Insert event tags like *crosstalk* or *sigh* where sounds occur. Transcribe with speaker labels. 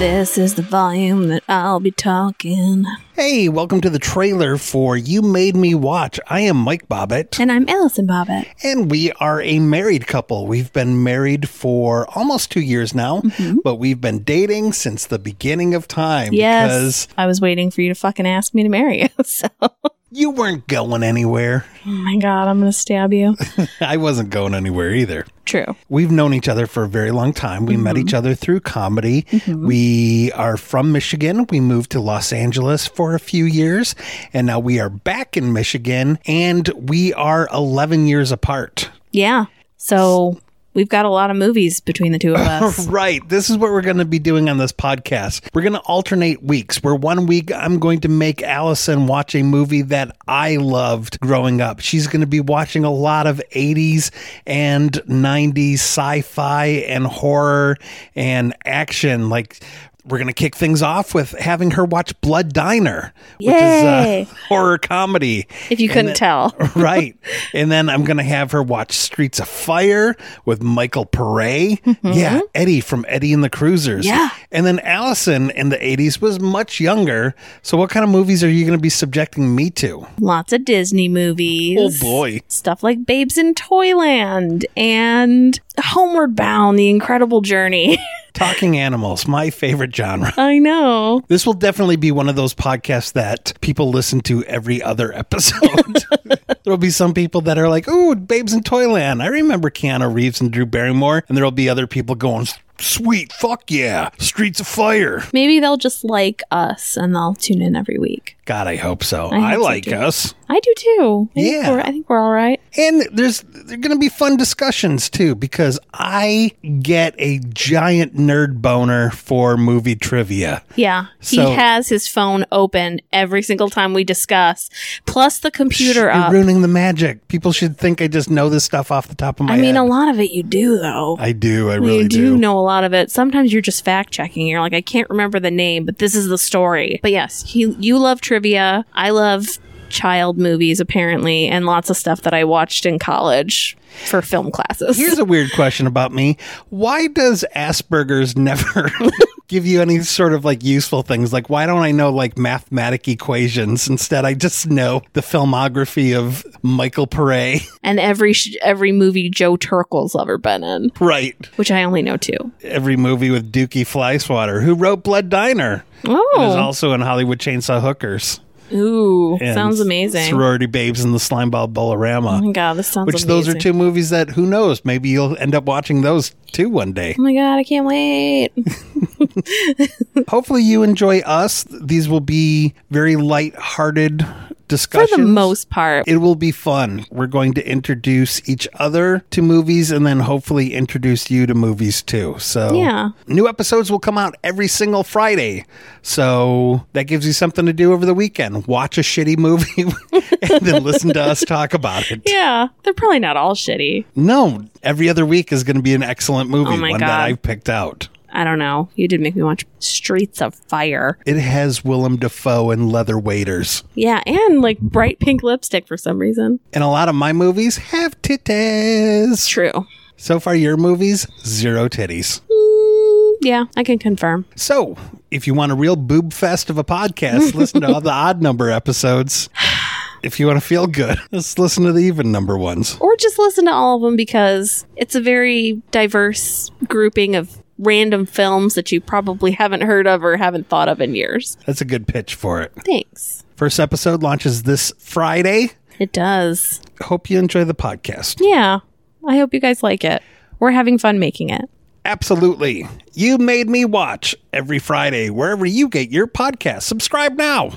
Speaker 1: This is the volume that I'll be talking.
Speaker 2: Hey, welcome to the trailer for You Made Me Watch. I am Mike Bobbitt,
Speaker 1: And I'm Allison Bobbitt.
Speaker 2: and we are a married couple. We've been married for almost two years now, but we've been dating since the beginning of time
Speaker 1: Yes.
Speaker 2: because
Speaker 1: I was waiting for you to fucking ask me to marry you. *laughs* So, oh
Speaker 2: you weren't going anywhere. *laughs*
Speaker 1: my God, I'm going to stab you.
Speaker 2: I wasn't going anywhere either.
Speaker 1: *laughs* True.
Speaker 2: We've known each other for a very long time. We met each other through comedy. We are from Michigan. We moved to Los Angeles for a few years, and now we are back in Michigan, and we are 11 years apart.
Speaker 1: Yeah. So, we've got a lot of movies between the two *laughs* of us.
Speaker 2: *laughs* Right. This is what we're going to be doing on this podcast. We're going to alternate weeks where one week I'm going to make Allison watch a movie that I loved growing up. She's going to be watching a lot of 80s and 90s sci fi and horror and action. Like, we're going to kick things off with having her watch Blood Diner, which
Speaker 1: Yay.
Speaker 2: is a *laughs* horror comedy
Speaker 1: if you couldn't tell.
Speaker 2: *laughs* right. And then I'm going to have her watch Streets of Fire with Michael Pere. Yeah, Eddie from Eddie and the Cruisers.
Speaker 1: Yeah.
Speaker 2: And then Allison in the 80s was much younger. So what kind of movies are you going to be subjecting me to?
Speaker 1: Lots of Disney movies.
Speaker 2: Oh, boy.
Speaker 1: Stuff like Babes in Toyland and Homeward Bound, The Incredible Journey. *laughs*
Speaker 2: Talking animals, my favorite genre.
Speaker 1: I know.
Speaker 2: This will definitely be one of those podcasts that people listen to every other
Speaker 1: *laughs*
Speaker 2: episode. There'll be some people that are like, "Oh, Babes in Toyland. I remember Keanu Reeves and Drew Barrymore." And there'll be other people going, "Sweet, fuck yeah. Streets of Fire."
Speaker 1: Maybe they'll just like us and they'll tune in every week.
Speaker 2: God, I hope so.
Speaker 1: hope
Speaker 2: I,
Speaker 1: so,
Speaker 2: like
Speaker 1: too.
Speaker 2: us.
Speaker 1: I do too. I think
Speaker 2: Yeah.
Speaker 1: we're- I think we're all right.
Speaker 2: And there's they're going to be fun discussions too because I get a giant nerd boner for movie trivia.
Speaker 1: Yeah. He
Speaker 2: So-
Speaker 1: has his phone open every single time we discuss, plus the computer
Speaker 2: You're
Speaker 1: up.
Speaker 2: ruining the magic. People should think I just know this stuff off the top of my
Speaker 1: I mean,
Speaker 2: head.
Speaker 1: a lot of it you do, though.
Speaker 2: I do. I really
Speaker 1: you do, know a lot of it. Sometimes you're just fact checking. You're like, I can't remember the name, but this is the story. But yes, he, you love trivia. I love child movies, apparently, and lots of stuff that I watched in college for film classes.
Speaker 2: Here's a weird question about me. Why does Asperger's *laughs* never give you any sort of like useful things? Like, why don't I know like mathematic equations? Instead, I just know the filmography of Michael *laughs* Pere.
Speaker 1: and every sh- every movie Joe Turkle's ever been in,
Speaker 2: right.
Speaker 1: which I only know two.
Speaker 2: Every movie with Dookie Flyswatter, who wrote Blood Diner, and is
Speaker 1: Oh,
Speaker 2: also in Hollywood Chainsaw Hookers.
Speaker 1: ooh,
Speaker 2: and
Speaker 1: sounds amazing.
Speaker 2: Sorority Babes and the Slimeball Bolorama.
Speaker 1: Oh my god, this sounds
Speaker 2: Which
Speaker 1: amazing.
Speaker 2: those are two movies that who knows? Maybe you'll end up watching those too one day.
Speaker 1: Oh my god, I can't wait.
Speaker 2: Hopefully you enjoy us. These will be very light-hearted
Speaker 1: For
Speaker 2: discussions.
Speaker 1: the most part.
Speaker 2: it will be fun. We're going to introduce each other to movies and then hopefully introduce you to movies too. So
Speaker 1: Yeah.
Speaker 2: new episodes will come out every single Friday. So that gives you something to do over the weekend. Watch a shitty movie *laughs* and then listen to us talk about it.
Speaker 1: yeah, they're probably not all shitty.
Speaker 2: No, every other week is going to be an excellent movie,
Speaker 1: Oh
Speaker 2: One
Speaker 1: my
Speaker 2: that
Speaker 1: God.
Speaker 2: I've picked out.
Speaker 1: I don't know. You did make me watch Streets of Fire.
Speaker 2: It has Willem Dafoe and leather waiters.
Speaker 1: Yeah, and like bright pink lipstick for some reason.
Speaker 2: And a lot of my movies have titties.
Speaker 1: True.
Speaker 2: So far, your movies, zero titties.
Speaker 1: Mm, Yeah, I can confirm.
Speaker 2: So, if you want a real boob fest of a podcast, listen to all the odd number episodes. If you want to feel good, just listen to the even number ones.
Speaker 1: Or just listen to all of them because it's a very diverse grouping of random films that you probably haven't heard of or haven't thought of in years.
Speaker 2: That's a good pitch for it.
Speaker 1: Thanks.
Speaker 2: First episode launches this Friday.
Speaker 1: It does.
Speaker 2: Hope you enjoy the podcast.
Speaker 1: Yeah. I hope you guys like it. We're having fun making it.
Speaker 2: Absolutely. You made me watch every Friday, wherever you get your podcast. Subscribe now.